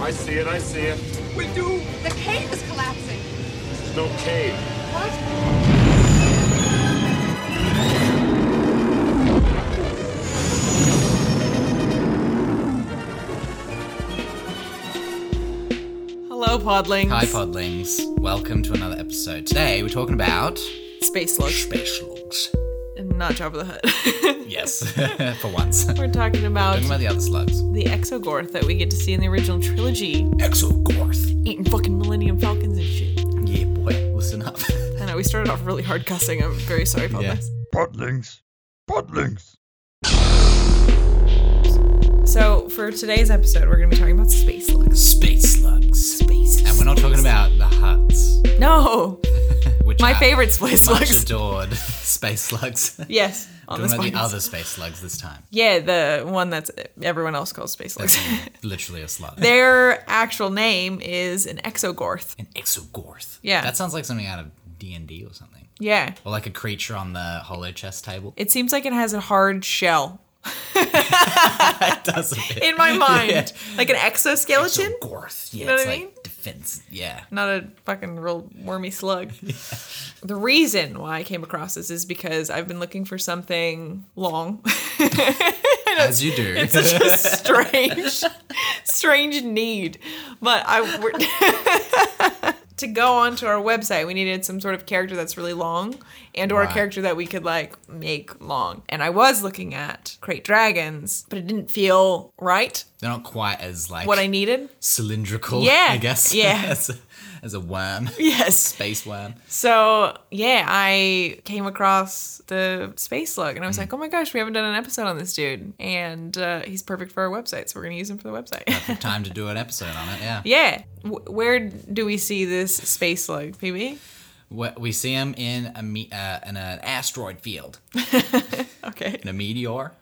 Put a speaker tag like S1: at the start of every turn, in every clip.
S1: I see it, I see it.
S2: We do.
S3: The cave is collapsing.
S1: There's no cave.
S3: What?
S2: Hello, podlings.
S4: Hi, podlings. Welcome to another episode. Today we're talking about
S2: Space slugs.
S4: specials.
S2: and Not Jabba the Hutt.
S4: Yes, for once. Talking
S2: We're talking about
S4: about the other slugs.
S2: the Exogorth that we get to see in the original trilogy,
S4: Exogorth.
S2: eating fucking Millennium Falcons and shit.
S4: Yeah, boy. Listen up.
S2: I know we started off really hard cussing. I'm very sorry, podlings.
S5: Podlings. Podlings.
S2: So for today's episode, we're gonna be talking about space slugs.
S4: Space slugs.
S2: Space.
S4: And we're not talking about the huts,
S2: No,
S4: which
S2: my
S4: are
S2: favorite space
S4: much
S2: slugs.
S4: adored space slugs.
S2: Yes, on
S4: talking
S2: this
S4: about the
S2: podcast.
S4: other space slugs this time.
S2: Yeah, the one that's everyone else calls space slugs.
S4: That's literally a slug.
S2: Their actual name is an exogorth.
S4: An exogorth.
S2: Yeah.
S4: That sounds like something out of D and D or something,
S2: Yeah,
S4: or like a creature on the holo chess table.
S2: it seems like it has a hard shell
S4: It does a bit.
S2: in my mind,
S4: Yeah.
S2: like an exoskeleton.
S4: Gorth. Yeah,
S2: know
S4: it's
S2: what I
S4: like
S2: mean?
S4: defense. Yeah.
S2: not a fucking real wormy slug. The reason why I came across this is because I've been looking for something long.
S4: As you do.
S2: It's such a strange, strange need. But I we're, to go onto our website, we needed some sort of character that's really long, and or a
S4: Right.
S2: character that we could like make long. And I was looking at crate dragons, but it didn't feel right.
S4: They're not quite as like
S2: What I needed.
S4: cylindrical,
S2: Yeah,
S4: I guess.
S2: yeah.
S4: as, a, as a worm.
S2: Yes.
S4: Space worm.
S2: So yeah, I came across the space slug, and I was like, "Oh my gosh, we haven't done an episode on this dude, and uh, he's perfect for our website, so we're gonna use him for the website."
S4: Time to do an episode on it, yeah.
S2: yeah, w- where do we see this space slug, PB?
S4: We- We see him in a me- uh, in an asteroid field,
S2: Okay,
S4: in a meteor.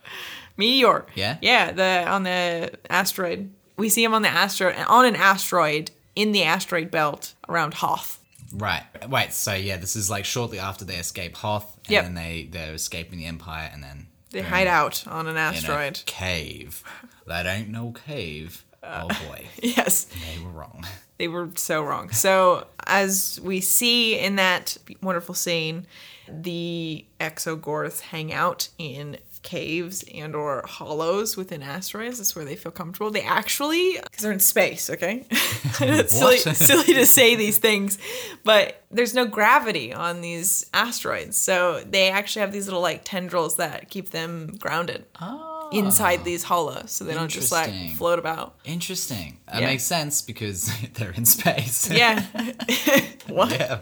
S2: meteor.
S4: Yeah?
S2: yeah, the on the asteroid. We see him on the asteroid on an asteroid in the asteroid belt around Hoth.
S4: Right. Wait, so yeah, this is like shortly after they escape Hoth, and
S2: Yep.
S4: then they, they're escaping the Empire, and then
S2: They
S4: they're in
S2: hide
S4: a-
S2: out on an
S4: in a
S2: asteroid.
S4: cave. That ain't no cave.
S2: Uh.
S4: oh boy,
S2: Yes.
S4: they were wrong.
S2: They were so wrong. So, as we see in that wonderful scene, the exogorths hang out in caves and or hollows within asteroids. That's where they feel comfortable. They actually, because they're in space, okay? it's silly,
S4: What?
S2: silly to say these things, but there's no gravity on these asteroids. So, they actually have these little like tendrils that keep them grounded inside these hollows. So, they don't just like
S4: Ah. Interesting.
S2: float about.
S4: Interesting. That
S2: Yeah.
S4: makes sense because they're in space.
S2: Yeah. what?
S4: yeah.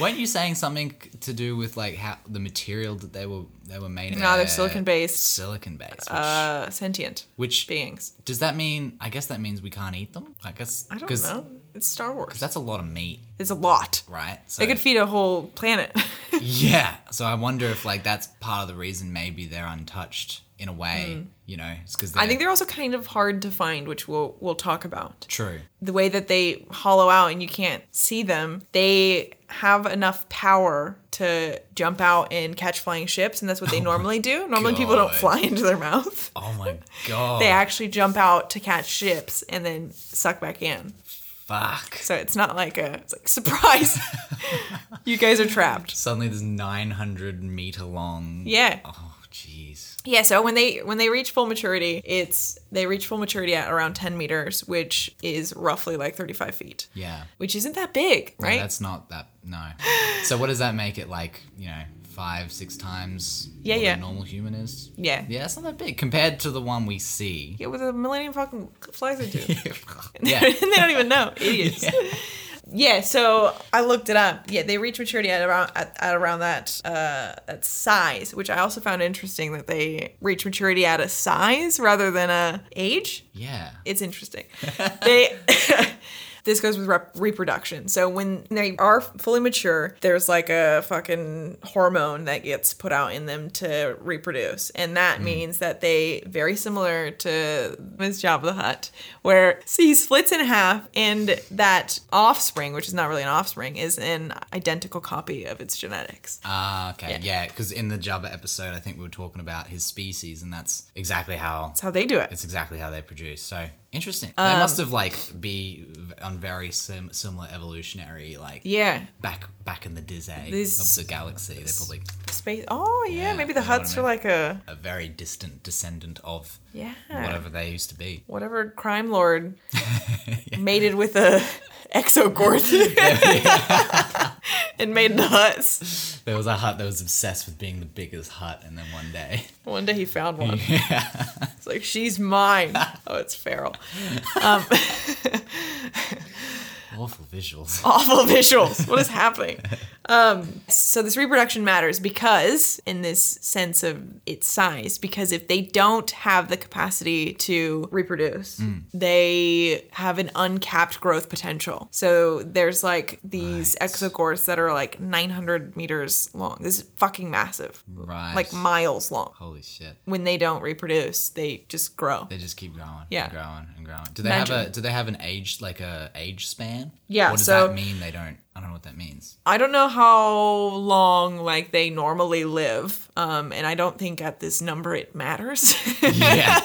S4: Weren't you saying something to do with like how the material that they were they were made?
S2: No, they're silicon based
S4: Silicon based. Which,
S2: uh, sentient
S4: which
S2: beings.
S4: does that mean? I guess that means we can't eat them. I guess
S2: I don't
S4: cause,
S2: know. It's Star Wars.
S4: That's a lot of meat,
S2: It's a lot.
S4: right? So
S2: They could feed a whole planet.
S4: yeah. So I wonder if like that's part of the reason maybe they're untouched in a way. You know, it's because
S2: Hmm. I think they're also kind of hard to find, which we'll we'll talk about.
S4: true.
S2: The way that they hollow out and you can't see them, they have enough power to jump out and catch flying ships, and that's what they normally do. Normally, people don't
S4: Oh God.
S2: fly into their mouth.
S4: Oh my god.
S2: They actually jump out to catch ships and then suck back in.
S4: Fuck.
S2: So it's not like a it's like surprise. you guys are trapped.
S4: Suddenly, this 900 meter long.
S2: Yeah.
S4: Oh, jeez.
S2: Yeah, so when they when they reach full maturity, it's they reach full maturity at around 10 meters, which is roughly like 35 feet.
S4: Yeah.
S2: Which isn't that big,
S4: No,
S2: right?
S4: that's not that. No. So what does that make it like? You know, five, six times.
S2: Yeah,
S4: what
S2: yeah.
S4: A normal human is.
S2: yeah.
S4: Yeah, that's not that big compared to the one we see.
S2: Yeah, with a Millennium Falcon flies into.
S4: yeah.
S2: and they don't even know. Idiots. Yeah. so I looked it up. Yeah, they reach maturity at around at, at around that uh that size, which I also found interesting that they reach maturity at a size rather than a age.
S4: Yeah.
S2: it's interesting. they this goes with rep- reproduction. So when they are fully mature, there's like a fucking hormone that gets put out in them to reproduce, and
S4: Mm.
S2: that means that they very similar to Miss Jabba the Hutt, where he splits in half, and that offspring, which is not really an offspring, is an identical copy of its genetics.
S4: Ah, okay. Yeah, because in the Jabba episode, I think we were talking about his species, and that's exactly how
S2: That's how they do it.
S4: it's exactly how they produce. So Interesting.
S2: Um,
S4: they must have like be on very sim- similar evolutionary like
S2: Yeah.
S4: back back in the disay
S2: These-
S4: of the galaxy. They're probably
S2: Space. Oh, yeah.
S4: Yeah,
S2: maybe the
S4: I know what
S2: Huts
S4: I
S2: are like a.
S4: a very distant descendant of
S2: Yeah.
S4: whatever they used to be.
S2: Whatever crime lord mated with a exogorth and made the Huts.
S4: There was a hut that was obsessed with being the biggest hut, and then one day,
S2: One day he found one. It's like, she's mine. Oh, it's feral.
S4: awful visuals.
S2: awful visuals. What is happening? Um, so this reproduction matters because, in this sense of its size, because if they don't have the capacity to reproduce, they have an uncapped growth potential. So there's like these
S4: Right.
S2: exogorths that are like 900 meters long. This is fucking massive,
S4: Right.
S2: like miles long.
S4: Holy shit.
S2: When they don't reproduce, they just grow.
S4: They just keep growing,
S2: Yeah.
S4: and growing, and growing. Do they have a
S2: Imagine.
S4: Do they have an age like a age span?
S2: Yeah,
S4: What does
S2: so-
S4: that mean? They don't. I don't know what that means.
S2: I don't know how long like they normally live, um, and I don't think at this number it matters.
S4: Yeah.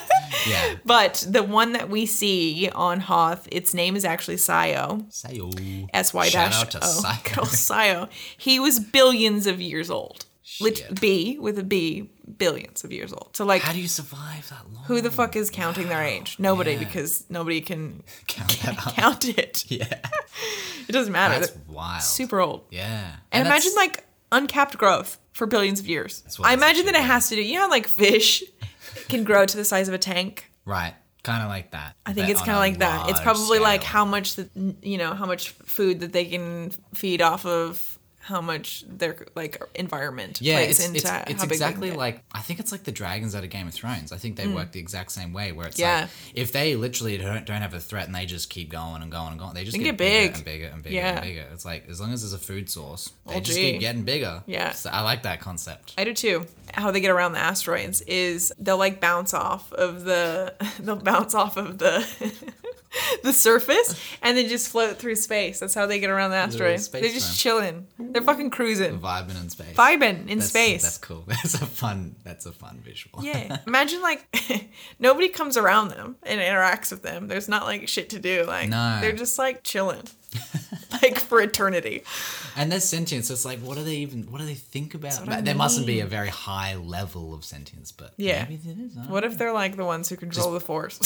S4: yeah.
S2: but the one that we see on Hoth, its name is actually Sayo.
S4: Sayo.
S2: S Y
S4: Shout
S2: dash
S4: out to
S2: O.
S4: Sayo.
S2: Good old Sayo. He was billions of years old. Lit
S4: Shit.
S2: B with a B, billions of years old. So like,
S4: How do you survive that long?
S2: who the fuck is counting their age? Nobody,
S4: Yeah.
S2: because nobody can
S4: Count that up.
S2: count it.
S4: Yeah.
S2: It doesn't matter.
S4: That's
S2: They're
S4: wild.
S2: super old.
S4: Yeah.
S2: And,
S4: that's-
S2: imagine like uncapped growth for billions of years.
S4: what
S2: I
S4: it's
S2: imagine that it
S4: achieving.
S2: has to do. You know, how, like fish can grow to the size of a tank.
S4: Right. Kind of like that.
S2: I think it's kind of like that. It's probably like how much that you know how much food that they can feed off of how much their like environment
S4: Yeah,
S2: plays
S4: it's,
S2: into
S4: it's,
S2: how
S4: it's
S2: big they can
S4: exactly
S2: get. Hmm.
S4: like I think it's like the dragons out of Game of Thrones. I think they work the exact same way, where it's
S2: Yeah.
S4: like if they literally don't, don't have a threat and they just keep going and going and going, they just
S2: They get
S4: get, bigger
S2: big.
S4: and bigger and bigger
S2: Yeah.
S4: and bigger. It's like as long as there's a food source, they
S2: Oh,
S4: just
S2: gee.
S4: keep getting bigger.
S2: Yeah.
S4: so I like that concept.
S2: I do too. How they get around the asteroids is they'll like bounce off of the they'll bounce off of the the surface and then just float through space. That's how they get around the asteroid.
S4: space
S2: They're just
S4: time.
S2: chilling. They're fucking cruising,
S4: Vibing in space.
S2: vibing in
S4: That's-
S2: space.
S4: That's cool. That's a fun. That's a fun visual.
S2: Yeah. Imagine like nobody comes around them and interacts with them. There's not like shit to do. Like
S4: No.
S2: they're just like chilling. like for eternity.
S4: and they're sentient, so it's like, what do they even? What do they think about?
S2: what I
S4: But there mustn't be
S2: mean.
S4: a very high level of sentience, but
S2: Yeah.
S4: maybe there is. I don't
S2: What if they're like the ones who control the force?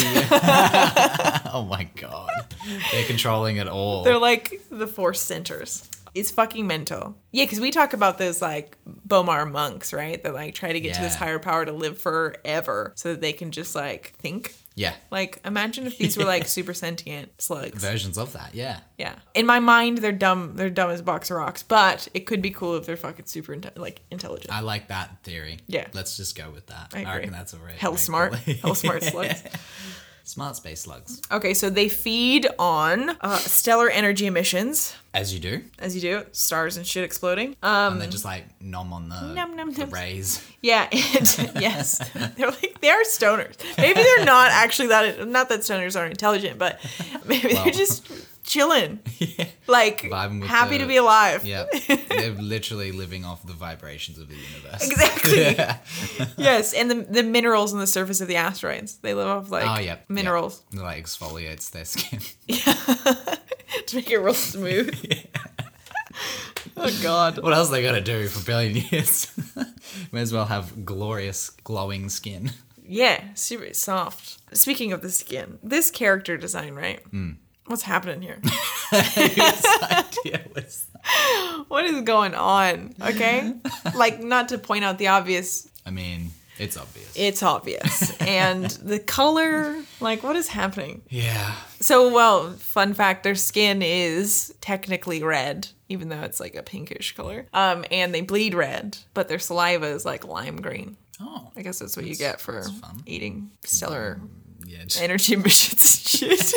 S4: Oh my god. They're controlling it all.
S2: they're like the force centers. It's fucking mental. Yeah, because we talk about those like Bomar monks, right? That like try to get to this
S4: Yeah.
S2: higher power to live forever so that they can just like think.
S4: yeah.
S2: Like imagine if these were like super sentient slugs.
S4: Versions of that, yeah.
S2: Yeah. In my mind, they're dumb. They're dumb as box of rocks. But it could be cool if they're fucking super inte- like intelligent.
S4: I like that theory.
S2: Yeah.
S4: Let's just go with that.
S2: I agree.
S4: reckon that's all right.
S2: Hell smart. Hell smart slugs.
S4: smart space slugs.
S2: Okay, so they feed on uh, stellar energy emissions,
S4: As you do.
S2: as you do, stars and shit exploding. Um,
S4: and then just like nom on the,
S2: Nom, nom,
S4: the
S2: nom.
S4: rays.
S2: yeah, and yes, they're like they are stoners. Maybe they're not actually that. Not that stoners aren't intelligent, but maybe
S4: Well.
S2: they're just chilling, like
S4: Vibing with
S2: happy
S4: the-
S2: to be alive.
S4: Yeah. They're literally living off the vibrations of the universe.
S2: Exactly. yes, and the, the minerals on the surface of the asteroids. They live off like
S4: Oh, yeah.
S2: minerals
S4: Yeah. Like exfoliates their skin.
S2: to make it real smooth. oh god.
S4: what else they got to do for a billion years? May as well have glorious, glowing skin.
S2: Yeah, super soft. Speaking of the skin, this character design, right?
S4: Hmm.
S2: What's happening here?
S4: Yeah, what's that?
S2: what is going on? Okay? like not to point out the obvious,
S4: I mean, it's obvious.
S2: it's obvious. and the color, like what is happening?
S4: yeah.
S2: So, well, fun fact: their skin is technically red, even though it's like a pinkish color. Um, and they bleed red, but their saliva is like lime green.
S4: Oh.
S2: I guess that's what you get for
S4: fun.
S2: eating stellar
S4: Yeah, just-
S2: energy emissions shit.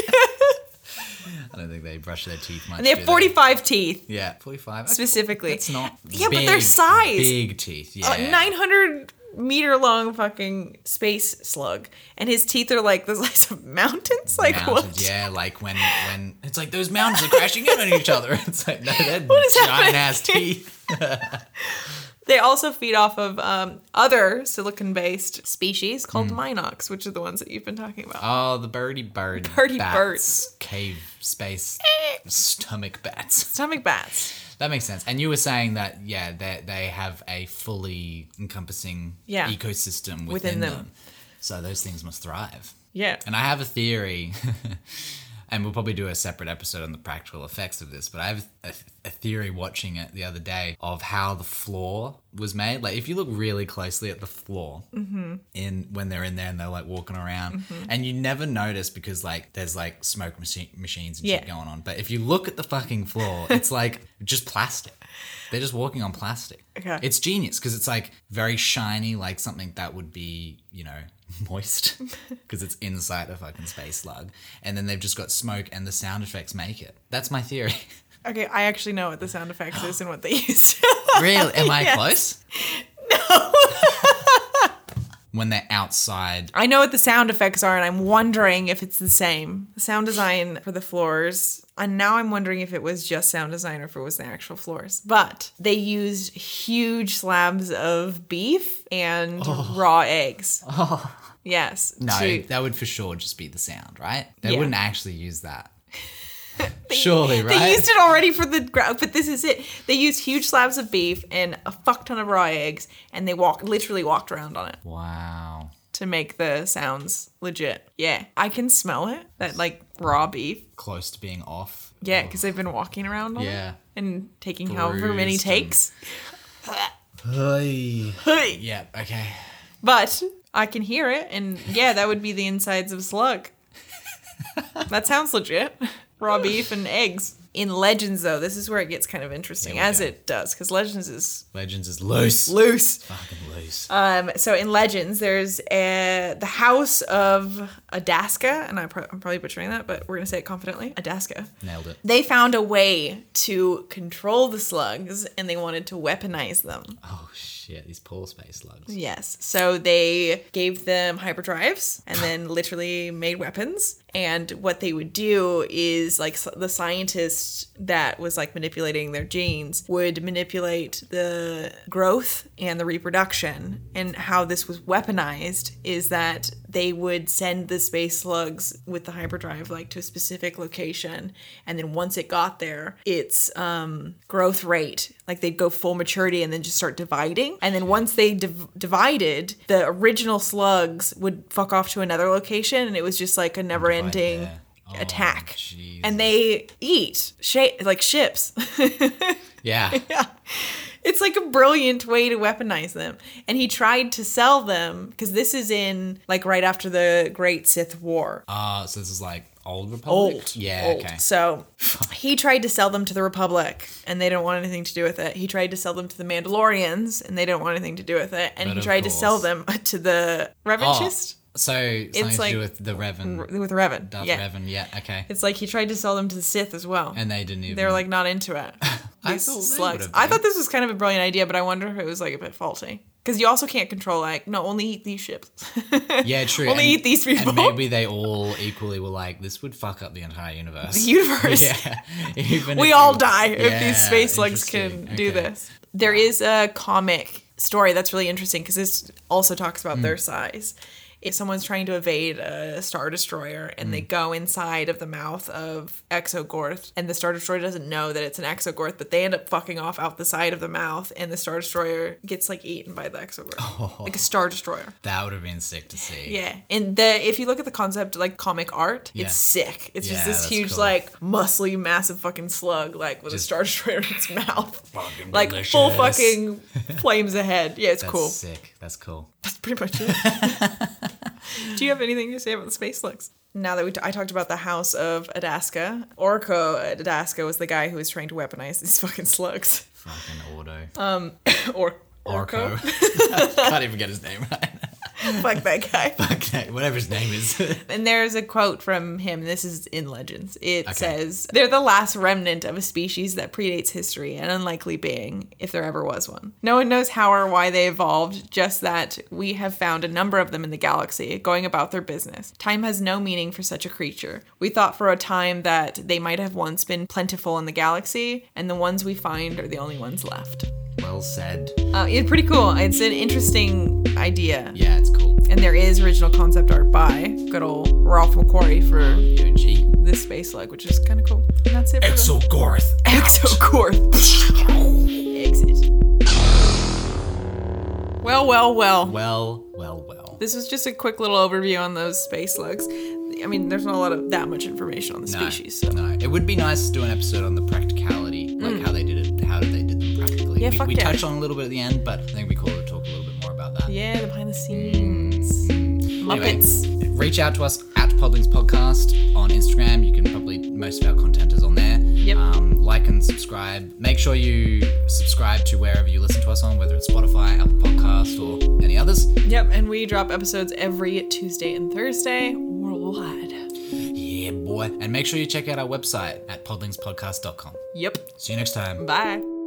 S4: I don't think they brush their teeth much.
S2: and they have
S4: do
S2: 45 teeth
S4: Yeah, forty-five okay,
S2: specifically.
S4: It's not.
S2: Yeah, but
S4: big-
S2: their size. Uh,
S4: Big teeth. Yeah.
S2: A 900 meter long fucking space slug, and his teeth are like the size of mountains. Like
S4: Mountains,
S2: what?
S4: Yeah, like when when it's like those mountains are crashing in on each other. It's like no, they're
S2: is
S4: giant
S2: happening?
S4: ass teeth.
S2: They also feed off of um, other silicon based species called Minox, which are the ones that you've been talking about.
S4: Oh, the birdie bird.
S2: Birdie
S4: bats,
S2: birds. Eh.
S4: Cave space. stomach bats.
S2: Stomach bats.
S4: That makes sense. And you were saying that, yeah, they, they have a fully encompassing
S2: Yeah.
S4: ecosystem
S2: Within
S4: within,
S2: them.
S4: them. So those things must thrive.
S2: Yeah.
S4: And I have a theory, and we'll probably do a separate episode on the practical effects of this, but I have a, a theory watching it the other day of how the floor was made. Like, if you look really closely at the floor in when they're in there and they're like walking around,
S2: Mm-hmm.
S4: and you never notice because, like, there's like smoke machi- machines and
S2: Yeah.
S4: shit going on. But if you look at the fucking floor, it's like just plastic. They're just walking on plastic.
S2: Okay.
S4: It's genius because it's like very shiny, like something that would be, you know, moist because it's inside a fucking space slug. And then they've just got smoke and the sound effects make it. That's my theory.
S2: Okay, I actually know what the sound effects is and what they use.
S4: really? Am I
S2: Yes.
S4: close? No. when they're outside.
S2: I know what the sound effects are, and I'm wondering if it's the same. The sound design for the floors, and now I'm wondering if it was just sound design or if it was the actual floors. But they used huge slabs of beef and raw eggs. Oh. Yes.
S4: No,
S2: to-
S4: that would for sure just be the sound, right? They
S2: Yeah.
S4: wouldn't actually use that. Surely, right?
S2: They used it already for the ground, but this is it. They used huge slabs of beef and a fuck ton of raw eggs, and they walked literally walked around on it
S4: Wow.
S2: to make the sounds legit. Yeah, I can smell it. That like raw beef.
S4: Close to being off.
S2: Yeah, because they've been walking around on
S4: Yeah.
S2: it and taking however many
S4: Bruised
S2: takes.
S4: Hey.
S2: Hey.
S4: Yeah, okay.
S2: But I can hear it, and yeah, that would be the insides of slug. that sounds legit. Raw beef and eggs. In Legends, though, this is where it gets kind of interesting,
S4: There we
S2: as
S4: go.
S2: it does, because Legends is
S4: Legends is loose.
S2: loose.
S4: Fucking loose.
S2: Um, so in Legends, there's uh the House of Adaska, and I pro- I'm probably butchering that, but we're gonna say it confidently. Adaska.
S4: Nailed it.
S2: They found a way to control the slugs, and they wanted to weaponize them.
S4: Oh shit, these poor space slugs.
S2: Yes. So they gave them hyperdrives and then literally made weapons. And what they would do is like s- the scientist that was like manipulating their genes would manipulate the growth and the reproduction. And how this was weaponized is that they would send the space slugs with the hyperdrive like to a specific location and then once it got there its um growth rate like they'd go full maturity and then just start dividing and then once they div- divided the original slugs would fuck off to another location and it was just like a never ending
S4: there. Oh,
S2: attack
S4: Jesus.
S2: and they eat sha- like ships
S4: Yeah.
S2: It's like a brilliant way to weaponize them. And he tried to sell them because this is in like right after the Great Sith War.
S4: Uh, so this is like old Republic.
S2: Old.
S4: Yeah.
S2: old.
S4: Okay.
S2: So he tried to sell them to the Republic and they didn't want anything to do with it. He tried to sell them to the Mandalorians and they didn't want anything to do with it. And
S4: But
S2: he
S4: of
S2: tried to sell
S4: course.
S2: them to the Revanchist
S4: Oh, so something to
S2: like-
S4: do with the Revan.
S2: with Revan.
S4: Darth
S2: yeah.
S4: Oh. Revan. Yeah. Okay.
S2: It's like he tried to sell them to the Sith as well.
S4: and they didn't even.
S2: they were like not into it.
S4: I
S2: These
S4: thought they
S2: slugs.
S4: would've
S2: I
S4: been.
S2: thought this was kind of a brilliant idea, but I wonder if it was like a bit faulty. Because you also can't control like no, only eat these ships.
S4: Yeah. True.
S2: only
S4: and-
S2: eat these people.
S4: And maybe they all equally were like, this would fuck up the entire universe.
S2: the universe.
S4: yeah. Even
S2: we
S4: if
S2: all
S4: you-
S2: die if
S4: Yeah,
S2: these space slugs can
S4: interesting.
S2: do
S4: Okay.
S2: this. There is a comic story that's really interesting because this also talks
S4: Hmm.
S2: about their size. If someone's trying to evade a star destroyer and
S4: Hmm.
S2: they go inside of the mouth of Exogorth, and the star destroyer doesn't know that it's an Exogorth, but they end up fucking off out the side of the mouth, and the star destroyer gets like eaten by the Exogorth,
S4: Oh.
S2: like a star destroyer.
S4: That would have been sick to see.
S2: Yeah, and the if you look at the concept like comic art,
S4: Yeah.
S2: it's sick. It's
S4: Yeah,
S2: just this
S4: that's
S2: huge
S4: cool.
S2: like muscly massive fucking slug like with a
S4: Just-
S2: star destroyer in its mouth,
S4: Fucking
S2: like full
S4: delicious.
S2: fucking flames ahead. Yeah, it's
S4: That's
S2: cool.
S4: sick. That's cool.
S2: That's pretty much it. Do you have anything to say about the space slugs? Now that we t- I talked about the house of Adaska, Orko at Adaska was the guy who was trying to weaponize these fucking slugs. Um,
S4: Fucking Auto.
S2: Or
S4: Orko.
S2: Orko,
S4: Can't even get his name right.
S2: fuck that guy.
S4: Okay, whatever his name is.
S2: And there's a quote from him. This is in Legends. It
S4: Okay.
S2: says, They're the last remnant of a species that predates history, an unlikely being, if there ever was one. No one knows how or why they evolved, just that we have found a number of them in the galaxy, going about their business. Time has no meaning for such a creature. We thought for a time that they might have once been plentiful in the galaxy, and the ones we find are the only ones left.
S4: Well said.
S2: Uh, it's pretty cool. It's an interesting idea.
S4: Yeah, it's cool.
S2: And there is original concept art by good old Ralph McQuarrie for
S4: The OG.
S2: this space lug, which is kind of cool. And that's it. for them.
S4: Exogorth.
S2: Exocorp. Exit. Well, well, well.
S4: Well, well, well.
S2: This was just a quick little overview on those space lugs. I mean, there's not a lot of that much information on the
S4: No,
S2: species. So.
S4: no. It would be nice to do an episode on the practicality, like how they did it, how they did them practically.
S2: Hmm. Yeah,
S4: we
S2: fuck
S4: we
S2: yeah.
S4: touched on it a little bit at the end, but I think we cool to talk a little bit more about that.
S2: Yeah, the behind the scenes. Muppets.
S4: Reach out to us at Podlings Podcast on Instagram. You can probably most of our content is on there.
S2: Yep.
S4: Um, like and subscribe. Make sure you subscribe to wherever you listen to us on, whether it's Spotify, Apple Podcast, or any others.
S2: Yep, and we drop episodes every Tuesday and Thursday worldwide.
S4: Yeah, boy. And make sure you check out our website at podlingspodcast.com.
S2: Yep.
S4: See you next time.
S2: Bye.